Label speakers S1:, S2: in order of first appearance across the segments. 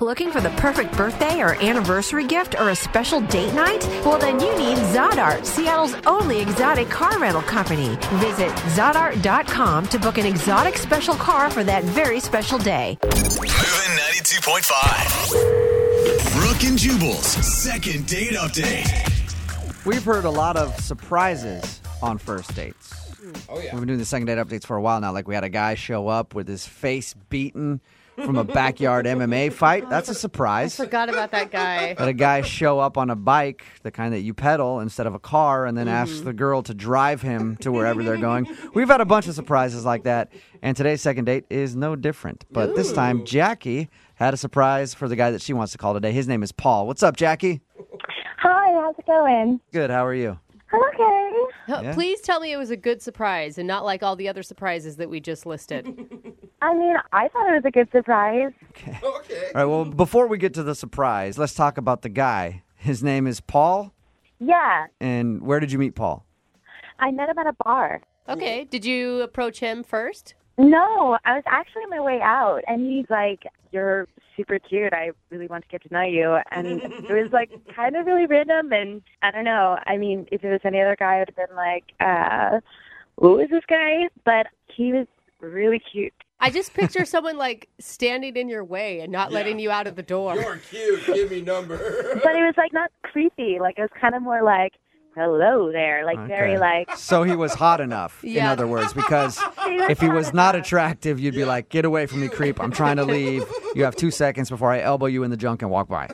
S1: Looking for the perfect birthday or anniversary gift or a special date night? Well, then you need Zodart, Seattle's only exotic car rental company. Visit Zodart.com to book an exotic special car for that very special day.
S2: Moving 92.5. Brooke and Jubal's second date update.
S3: We've heard a lot of surprises on first dates. Oh yeah. We've been doing the second date updates for a while now. Like we had a guy show up with his face beaten from a backyard MMA fight. That's a surprise.
S4: Forgot about that guy.
S3: Had a guy show up on a bike, the kind that you pedal instead of a car, and then ask the girl to drive him to wherever they're going. We've had a bunch of surprises like that, and today's second date is no different. But this time, Jackie had a surprise for the guy that she wants to call today. His name is Paul. What's up, Jackie?
S5: Hi, how's it going?
S3: Good. How are you?
S5: I'm okay.
S4: Huh,
S3: Yeah.
S4: Please tell me it was a good surprise and not like all the other surprises that we just listed.
S5: I mean, I thought it was a good surprise.
S3: All right. Well, before we get to the surprise, let's talk about the guy. His name is Paul.
S5: Yeah,
S3: And where did you meet Paul?
S5: I met him at a bar.
S4: Okay, did you approach him first?
S5: No, I was actually on my way out, and he's like, "You're super cute. I really want to get to know you." And it was like kind of really random, and I don't know. I mean, if it was any other guy, I would have been like, uh, "Who is this guy?" But he was really cute.
S4: I just picture someone like standing in your way and not letting you out of the door.
S6: You're cute. Give me number.
S5: But it was like not creepy. Like it was kind of more like, "Hello there," like very
S3: Okay.
S5: like.
S3: So he was hot enough, in
S4: Yeah.
S3: other words, because if he was not attractive, you'd be like, get away from me, creep. I'm trying to leave. You have two seconds before I elbow you in the junk and walk by.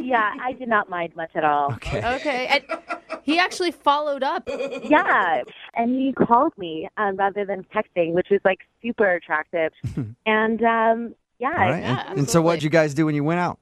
S5: Yeah, I did not mind much at all.
S4: Okay, and he actually followed up.
S5: Yeah. And he called me um, rather than texting, which was like super attractive. and um, yeah.
S3: All right.
S4: yeah,
S3: and, and so what'd
S4: absolutely.
S3: you guys do when you went out?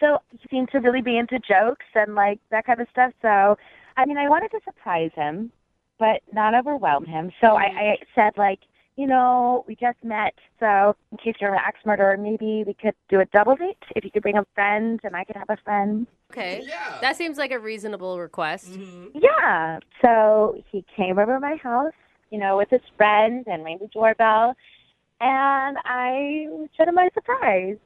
S5: So he seemed to really be into jokes and like that kind of stuff. So, I mean, I wanted to surprise him, but not overwhelm him. So I, I said, like, you know, we just met. So in case you're an axe murderer, maybe we could do a double date if you could bring a friend and I could have a friend.
S4: Okay,
S6: Yeah.
S4: that seems like a reasonable request.
S3: Mm-hmm.
S5: Yeah. So he came over to my house, you know, with his friend and rang the doorbell. And I showed him my surprise.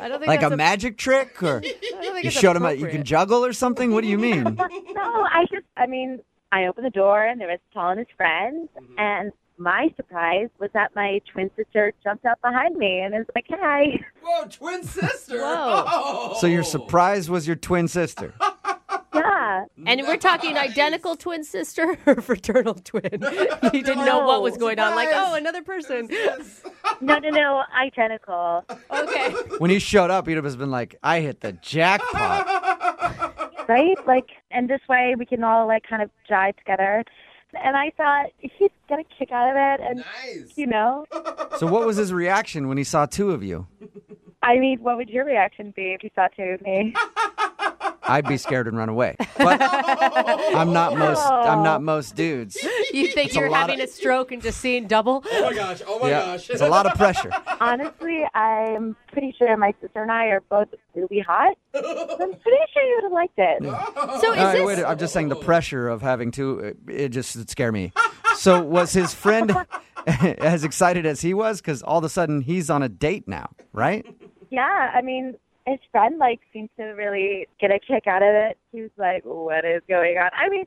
S4: I don't think
S3: Like
S4: that's
S3: a magic trick? Or
S4: I don't think
S3: you
S4: it's
S3: showed him that you can
S4: appropriate.
S3: juggle or something? What do you mean?
S5: No, I just, I mean, I opened the door and there was Paul and his friend. And my surprise was that my twin sister jumped up behind me and was like, hi.
S6: Whoa, twin sister.
S4: Whoa.
S6: Oh.
S3: So your surprise was your twin sister.
S5: Yeah.
S4: And we're talking identical twin sister or fraternal twin. He didn't know what was going on. Like,
S6: Surprise.
S4: oh, another person.
S5: No, no, no, identical.
S4: Okay.
S3: When he showed up, he'd have been like, I hit the jackpot.
S5: right? Like, and this way we can all like kind of jive together. And I thought he's gonna kick out of it, and
S6: Nice.
S5: you know,
S3: So what was his reaction when he saw two of you?
S5: I mean, what would your reaction be if you saw two of me?
S3: I'd be scared and run away. But I'm not most I'm not most dudes.
S4: You think
S3: a
S4: you're
S3: lot
S4: having
S3: of-
S4: a stroke and just seeing double?
S6: Oh my gosh. Oh my
S3: Yeah.
S6: gosh.
S3: It's a lot of pressure.
S5: Honestly, I'm pretty sure my sister and I are both really hot. So I'm pretty sure you would have liked it.
S6: Oh,
S4: So is
S3: All right,
S4: this
S3: wait, I'm just saying the pressure of having two it- it just would scare me. So was his friend as excited as he was cuz all of a sudden he's on a date now, right?
S5: Yeah, I mean, his friend like seemed to really get a kick out of it. He was like, "What is going on?" I mean,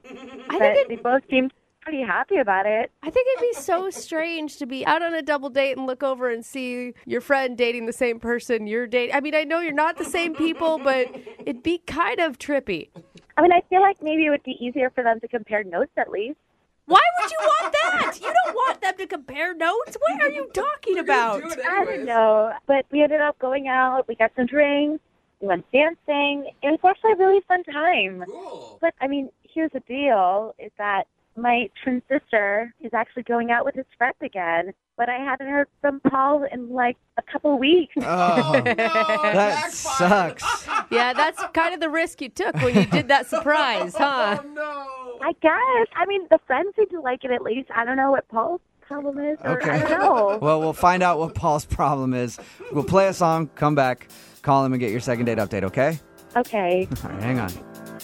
S4: I
S5: but
S4: think
S5: they
S4: it,
S5: both seemed pretty happy about it.
S4: I think it'd be so strange to be out on a double date and look over and see your friend dating the same person you're dating. I mean, I know you're not the same people, but it'd be kind of trippy.
S5: I mean, I feel like maybe it would be easier for them to compare notes at least.
S4: Why would you want that? You don't want them to compare notes. What are you talking about?
S6: Do it
S5: I don't
S6: anyways.
S5: know. But we ended up going out. We got some drinks. We went dancing. It was actually a really fun time.
S6: Cool.
S5: But I mean, here's the deal: is that my twin sister is actually going out with his friend again. But I haven't heard from Paul in like a couple weeks.
S3: Oh, that sucks.
S4: Yeah, that's kind of the risk you took when you did that surprise, huh?
S6: Oh no.
S5: I guess. I mean, the friends seem to like it at least. I don't know what Paul's problem is, or I
S3: Okay.
S5: don't know.
S3: Well, we'll find out what Paul's problem is. We'll play a song, come back, call him and get your second date update, okay?
S5: Okay.
S3: All right, hang on.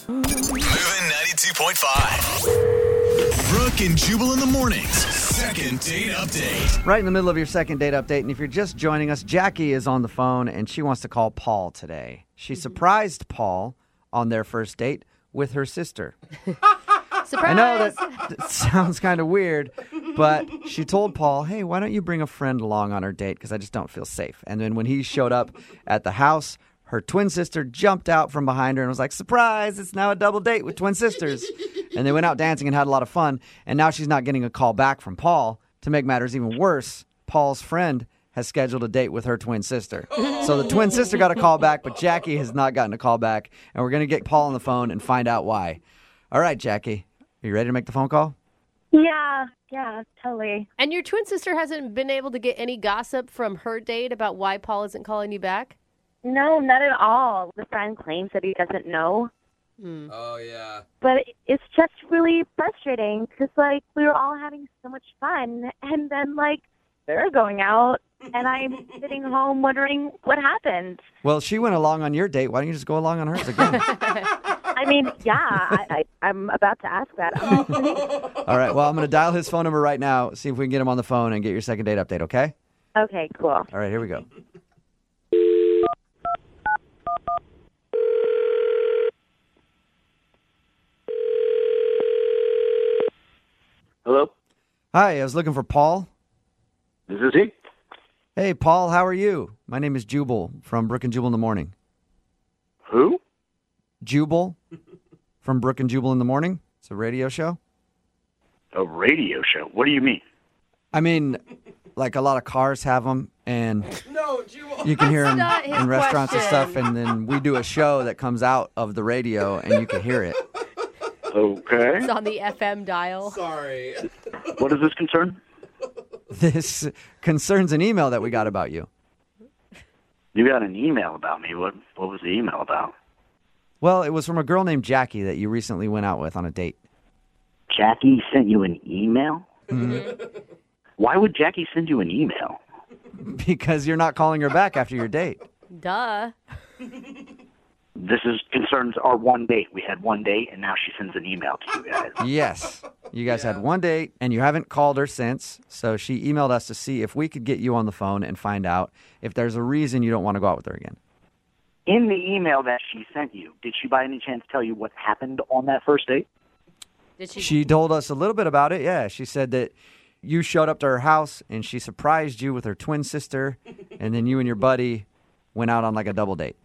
S2: Moving 92.5. Brooke and Jubal in the mornings. Second date update.
S3: Right in the middle of your second date update, and if you're just joining us, Jackie is on the phone and she wants to call Paul today. She surprised Paul on their first date with her sister.
S4: Surprise!
S3: I know that, that sounds kind of weird, but she told Paul, hey, why don't you bring a friend along on our date? Because I just don't feel safe. And then when he showed up at the house, her twin sister jumped out from behind her and was like, surprise, it's now a double date with twin sisters. and they went out dancing and had a lot of fun. And now she's not getting a call back from Paul. To make matters even worse, Paul's friend has scheduled a date with her twin sister. So the twin sister got a call back, but Jackie has not gotten a call back. And we're going to get Paul on the phone and find out why. All right, Jackie, are you ready to make the phone call?
S5: Yeah, yeah, totally.
S4: And your twin sister hasn't been able to get any gossip from her date about why Paul isn't calling you back.
S5: No, not at all. The friend claims that he doesn't know,
S6: Oh yeah.
S5: but it's just really frustrating because like we were all having so much fun, and then like they're going out, and I'm sitting home wondering what happened.
S3: Well, she went along on your date. Why don't you just go along on hers again?
S5: I mean, yeah, I, I, I'm about to ask that.
S3: All right. Well, I'm going to dial his phone number right now, see if we can get him on the phone and get your second date update, okay?
S5: okay, cool.
S3: All right, here we go.
S7: Hello,
S3: Hi, I was looking for Paul.
S7: this is he.
S3: Hey, Paul, how are you? My name is Jubal from Brook and Jubal in the Morning.
S7: Who?
S3: Jubal from Brook and Jubal in the Morning? It's a radio show.
S7: A radio show. What do you mean?
S3: I mean, like a lot of cars have them, and
S6: No, Jewel.
S3: you can hear them
S4: not his
S3: in restaurants and
S4: question.
S3: stuff. And then we do a show that comes out of the radio, and you can hear it.
S7: Okay.
S4: It's on the FM dial.
S6: Sorry.
S7: What does this concern?
S3: this concerns an email that we got about you.
S7: You got an email about me. What? What was the email about?
S3: Well, it was from a girl named Jackie that you recently went out with on a date.
S7: Jackie sent you an email.
S4: Mm-hmm.
S7: Why would Jackie send you an email?
S3: Because you're not calling her back after your date.
S4: Duh.
S7: This is concerns our one date. We had one date, and now she sends an email to you guys.
S3: Yes. You guys had one date and you haven't called her since. So she emailed us to see if we could get you on the phone and find out if there's a reason you don't want to go out with her again.
S7: In the email that she sent you, did she by any chance tell you what happened on that first date?
S4: Did she?
S3: She told us a little bit about it. Yeah. She said that you showed up to her house and she surprised you with her twin sister. And then you and your buddy went out on like a double date.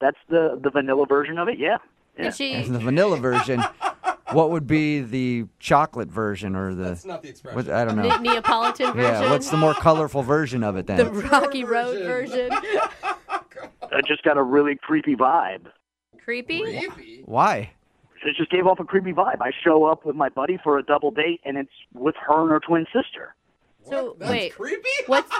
S7: That's the the vanilla version of it. Yeah. Yeah.
S4: Did she?
S3: And the vanilla version, what would be the chocolate version or the.
S6: That's not the expression.
S3: What, I don't know.
S4: Ne- Neapolitan version.
S3: Yeah, what's the more colorful version of it then?
S4: the Rocky Road version?
S7: I just got a really creepy vibe.
S4: Creepy.
S6: Creepy.
S3: Why?
S7: it just gave off a creepy vibe. I show up with my buddy for a double date, and it's with her and her twin sister.
S4: So
S6: That's
S4: wait,
S6: creepy.
S4: what's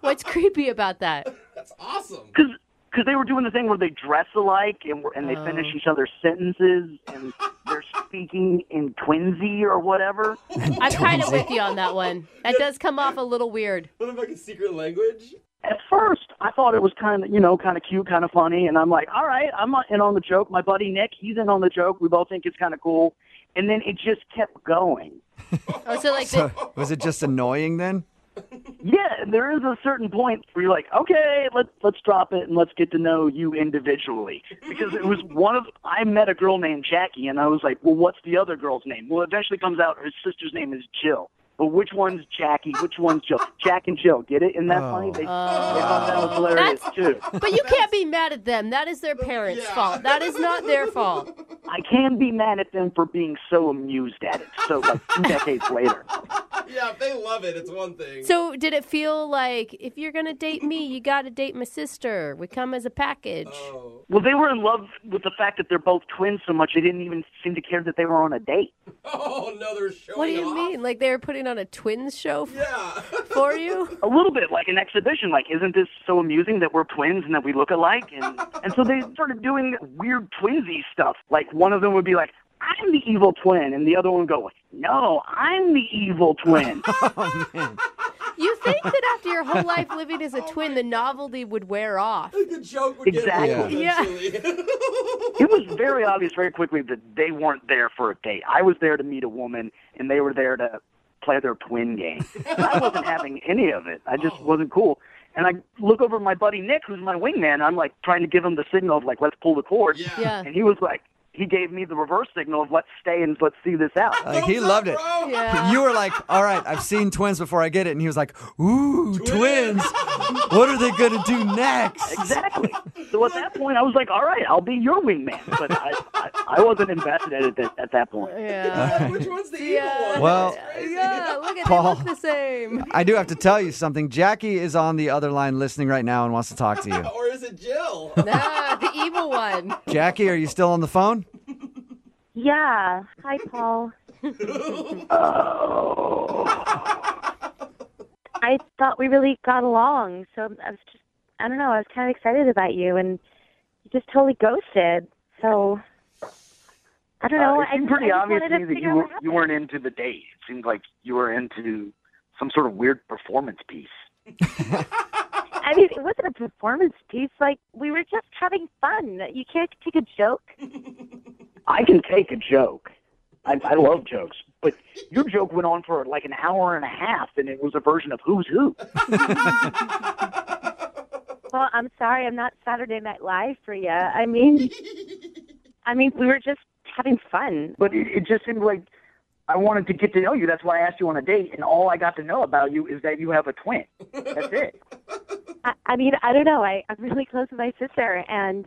S4: what's creepy about that?
S6: That's awesome.
S7: Because they were doing the thing where they dress alike and were, and they finish each other's sentences, and they're speaking in twinsy or whatever.
S4: I'm kind of with you on that one. That does come off a little weird.
S6: What if like a secret language?
S7: At first, I thought it was kind of you know kind of cute, kind of funny, and I'm like, all right, I'm not in on the joke. My buddy Nick, he's in on the joke. We both think it's kind of cool, and then it just kept going.
S4: Oh, so like
S3: So was it just annoying then?
S7: Yeah, there is a certain point where you're like, okay, let's let's drop it and let's get to know you individually. Because it was one of I met a girl named Jackie and I was like, well, what's the other girl's name? Well, it eventually comes out her sister's name is Jill. But which one's Jackie? Which one's Jill? Jack and Jill. Get it? Isn't that funny? They, they thought that was hilarious too.
S4: the, but you can't be mad at them. That is their parents'
S6: Yeah.
S4: fault. That is not their fault.
S7: I can be mad at them for being so amused at it. So like two decades later.
S6: Yeah, if they love it, it's one thing.
S4: So did it feel like if you're gonna date me, you gotta date my sister? We come as a package.
S6: oh.
S7: Well, they were in love with the fact that they're both twins so much they didn't even seem to care that they were on a date.
S6: oh, no, they're showing
S4: What do you
S6: off.
S4: mean? Like they were putting on a twins show f-
S6: Yeah.
S4: for you?
S7: a little bit like an exhibition. Like, isn't this so amusing that we're twins and that we look alike? And and so they started doing weird twinsy stuff. Like one of them would be like, "I'm the evil twin," and the other one would go, "No, I'm the evil twin."
S4: You think that after your whole life living as a twin, the novelty would wear off?
S6: the joke would get old
S7: Exactly.
S4: Yeah.
S6: eventually.
S7: it was very obvious very quickly that they weren't there for a date. I was there to meet a woman, and they were there to play their twin game. And I wasn't having any of it. I just wasn't cool. And I look over at my buddy Nick, who's my wingman. I'm like trying to give him the signal of like, let's pull the cord.
S4: Yeah.
S7: And he was like, he gave me the reverse signal of let's stay and let's see this out.
S3: Like he loved it.
S4: Yeah.
S3: You were like, "All right, I've seen twins before. I get it." And he was like, "Ooh, twins! what are they gonna do next?"
S7: Exactly. So at that point, I was like, all right, I'll be your wingman. But I, I, I wasn't invested at, it at that point.
S4: Yeah. uh,
S6: Which one's the evil
S4: Yeah.
S6: one?
S3: Well-
S4: yeah. Look at
S3: Paul.
S4: they look the same.
S3: I do have to tell you something. Jackie is on the other line listening right now and wants to talk to you.
S6: Or is it Jill?
S4: Nah, the evil one.
S3: Jackie, are you still on the phone?
S5: Yeah. Hi, Paul. I thought we really got along, so I was just, I don't know, I was kind of excited about you, and you just totally ghosted. So, I don't know.
S7: Uh, it
S5: I,
S7: seemed
S5: just-
S7: pretty
S5: I just
S7: obvious
S5: wanted
S7: to me
S5: to
S7: that
S5: figure
S7: you,
S5: out
S7: were,
S5: what happened.
S7: you weren't into the date. It seemed like you were into some sort of weird performance piece.
S5: I mean, it wasn't a performance piece. Like, we were just having fun. You can't take a joke.
S7: I can take a joke. I, I love jokes, but your joke went on for like an hour and a half, and it was a version of Who's Who.
S5: Well, I'm sorry, I'm not Saturday Night Live for you. I mean, I mean, we were just having fun.
S7: But it, it just seemed like I wanted to get to know you. That's why I asked you on a date, and all I got to know about you is that you have a twin. That's it.
S5: I, I mean, I don't know. I, I'm really close with my sister, and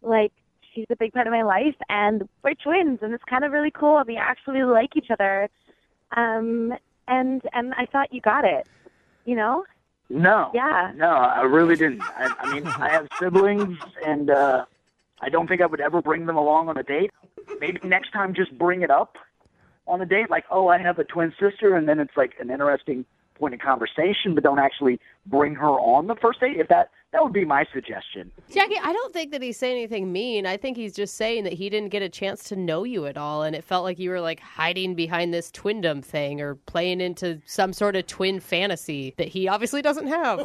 S5: like, she's a big part of my life, and we're twins, and it's kind of really cool. and We actually like each other, um, and and I thought you got it. You know?
S7: No.
S5: Yeah.
S7: No, I really didn't. I, I mean, I have siblings, and uh, I don't think I would ever bring them along on a date. Maybe next time, just bring it up on a date, like, oh, I have a twin sister, and then it's like an interesting point of conversation, but don't actually bring her on the first date. If that that would be my suggestion.
S4: Jackie, I don't think that he's saying anything mean. I think he's just saying that he didn't get a chance to know you at all, and it felt like you were like hiding behind this twindom thing or playing into some sort of twin fantasy that he obviously doesn't have.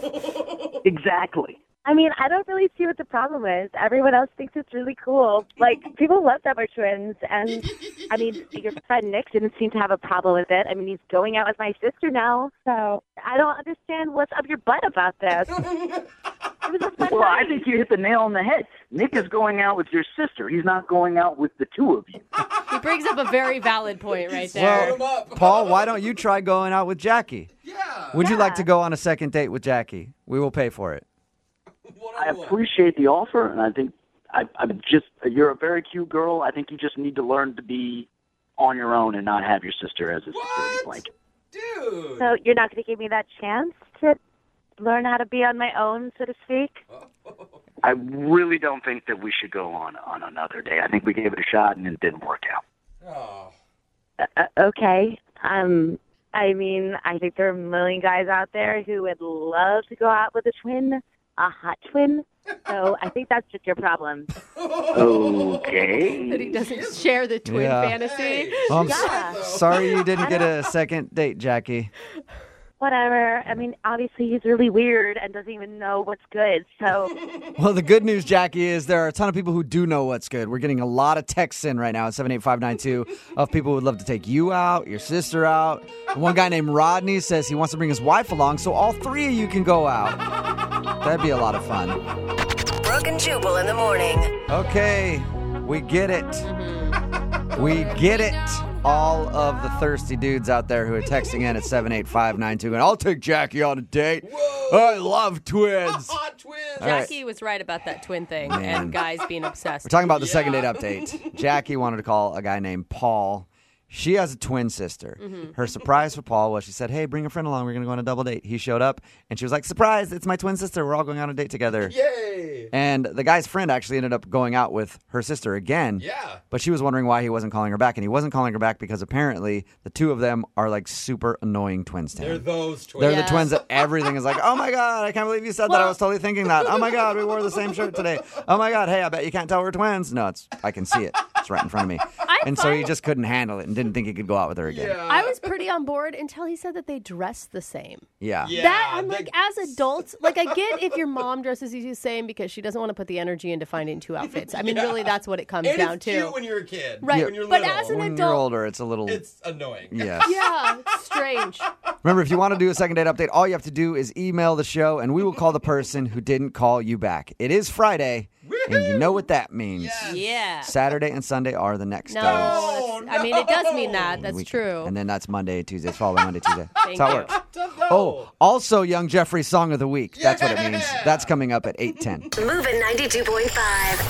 S7: Exactly.
S5: I mean, I don't really see what the problem is. Everyone else thinks it's really cool. Like, people love that we're twins. And, I mean, your friend Nick didn't seem to have a problem with it. I mean, he's going out with my sister now. So, I don't understand what's up your butt about this. it was a fun
S7: Well, I
S5: night.
S7: think you hit the nail on the head. Nick is going out with your sister. He's not going out with the two of you.
S4: he brings up a very valid point right there.
S3: Well,
S6: him up.
S3: Paul, why don't you try going out with Jackie?
S6: yeah.
S3: Would you like to go on a second date with Jackie? We will pay for it.
S6: One
S7: I
S6: on one.
S7: appreciate the offer, and I think I, I'm just you're a very cute girl. I think you just need to learn to be on your own and not have your sister as a security
S6: What?
S7: blanket.
S3: uh,
S6: Dude.
S5: So, you're not going to give me that chance to learn how to be on my own, so to speak?
S7: I really don't think that we should go on on another day. I think we gave it a shot, and it didn't work out.
S6: Oh.
S5: Uh, okay. Um, I mean, I think there are a million guys out there who would love to go out with a twin, a hot twin. So I think that's just your problem.
S4: That he
S7: Okay.
S4: doesn't share the twin
S3: Yeah.
S4: fantasy.
S6: Hey.
S3: Well, I'm
S5: Yeah.
S3: s- sorry you didn't get a second date, Jackie.
S5: Whatever. I mean, obviously he's really weird and doesn't even know what's good. So
S3: Well, the good news, Jackie, is there are a ton of people who do know what's good. We're getting a lot of texts in right now at 78592 of people who would love to take you out, your sister out. One guy named Rodney says he wants to bring his wife along so all three of you can go out. That'd be a lot of fun.
S8: Brooke and Jubal in the morning.
S3: Okay, we get it. We get it. All of the thirsty dudes out there who are texting in at 78592 and I'll take Jackie on a date. I love twins.
S6: Hot twins.
S3: All right.
S4: Jackie was right about that twin thing
S3: Man.
S4: and guys being obsessed.
S3: We're talking about the second date update. Jackie wanted to call a guy named Paul. She has a twin sister. Her surprise for Paul was she said, Hey, bring a friend along. We're going to go on a double date. He showed up and she was like, Surprise, it's my twin sister. We're all going on a date together.
S6: Yay.
S3: And the guy's friend actually ended up going out with her sister again.
S6: Yeah.
S3: But she was wondering why he wasn't calling her back. And he wasn't calling her back because apparently the two of them are like super annoying twins to him.
S6: They're those twins.
S3: They're
S4: Yeah.
S3: the twins that everything is like, oh my God, I can't believe you said that. I was totally thinking that. Oh my God, we wore the same shirt today. Oh my God, hey, I bet you can't tell we're twins. No, it's I can see it. It's right in front of me.
S4: I
S3: and so he just couldn't handle it and didn't think he could go out with her again.
S6: Yeah.
S4: I was pretty on board until he said that they dress the same.
S3: Yeah.
S6: Yeah.
S4: that I'm
S6: they-
S4: like, as adults, like I get if your mom dresses you the same because she doesn't want to put the energy into finding two outfits. I mean,
S6: Yeah.
S4: really, that's what it comes
S6: and
S4: down
S6: it's
S4: to.
S6: cute when you're a kid,
S4: Right,
S6: When you're
S4: but
S6: little,
S4: as an
S3: When you're
S4: adult-
S3: older, it's a little.
S6: it's annoying.
S3: yeah.
S4: yeah, it's strange.
S3: Remember, if you want to do a second date update, all you have to do is email the show, and we will call the person who didn't call you back. It is Friday, and you know what that means.
S4: Yeah.
S3: Saturday and Sunday are the next
S4: No,
S3: days.
S4: that's- I mean, it does mean that. That's
S3: weekend.
S4: true.
S3: And then that's Monday, Tuesday, following Monday, Tuesday.
S4: Thank
S3: That's how it
S4: you.
S3: works.
S6: Oh,
S3: Oh, also Young Jeffrey's song of the week. That's what it means. That's coming up at 8:10.
S8: Moving 92.5.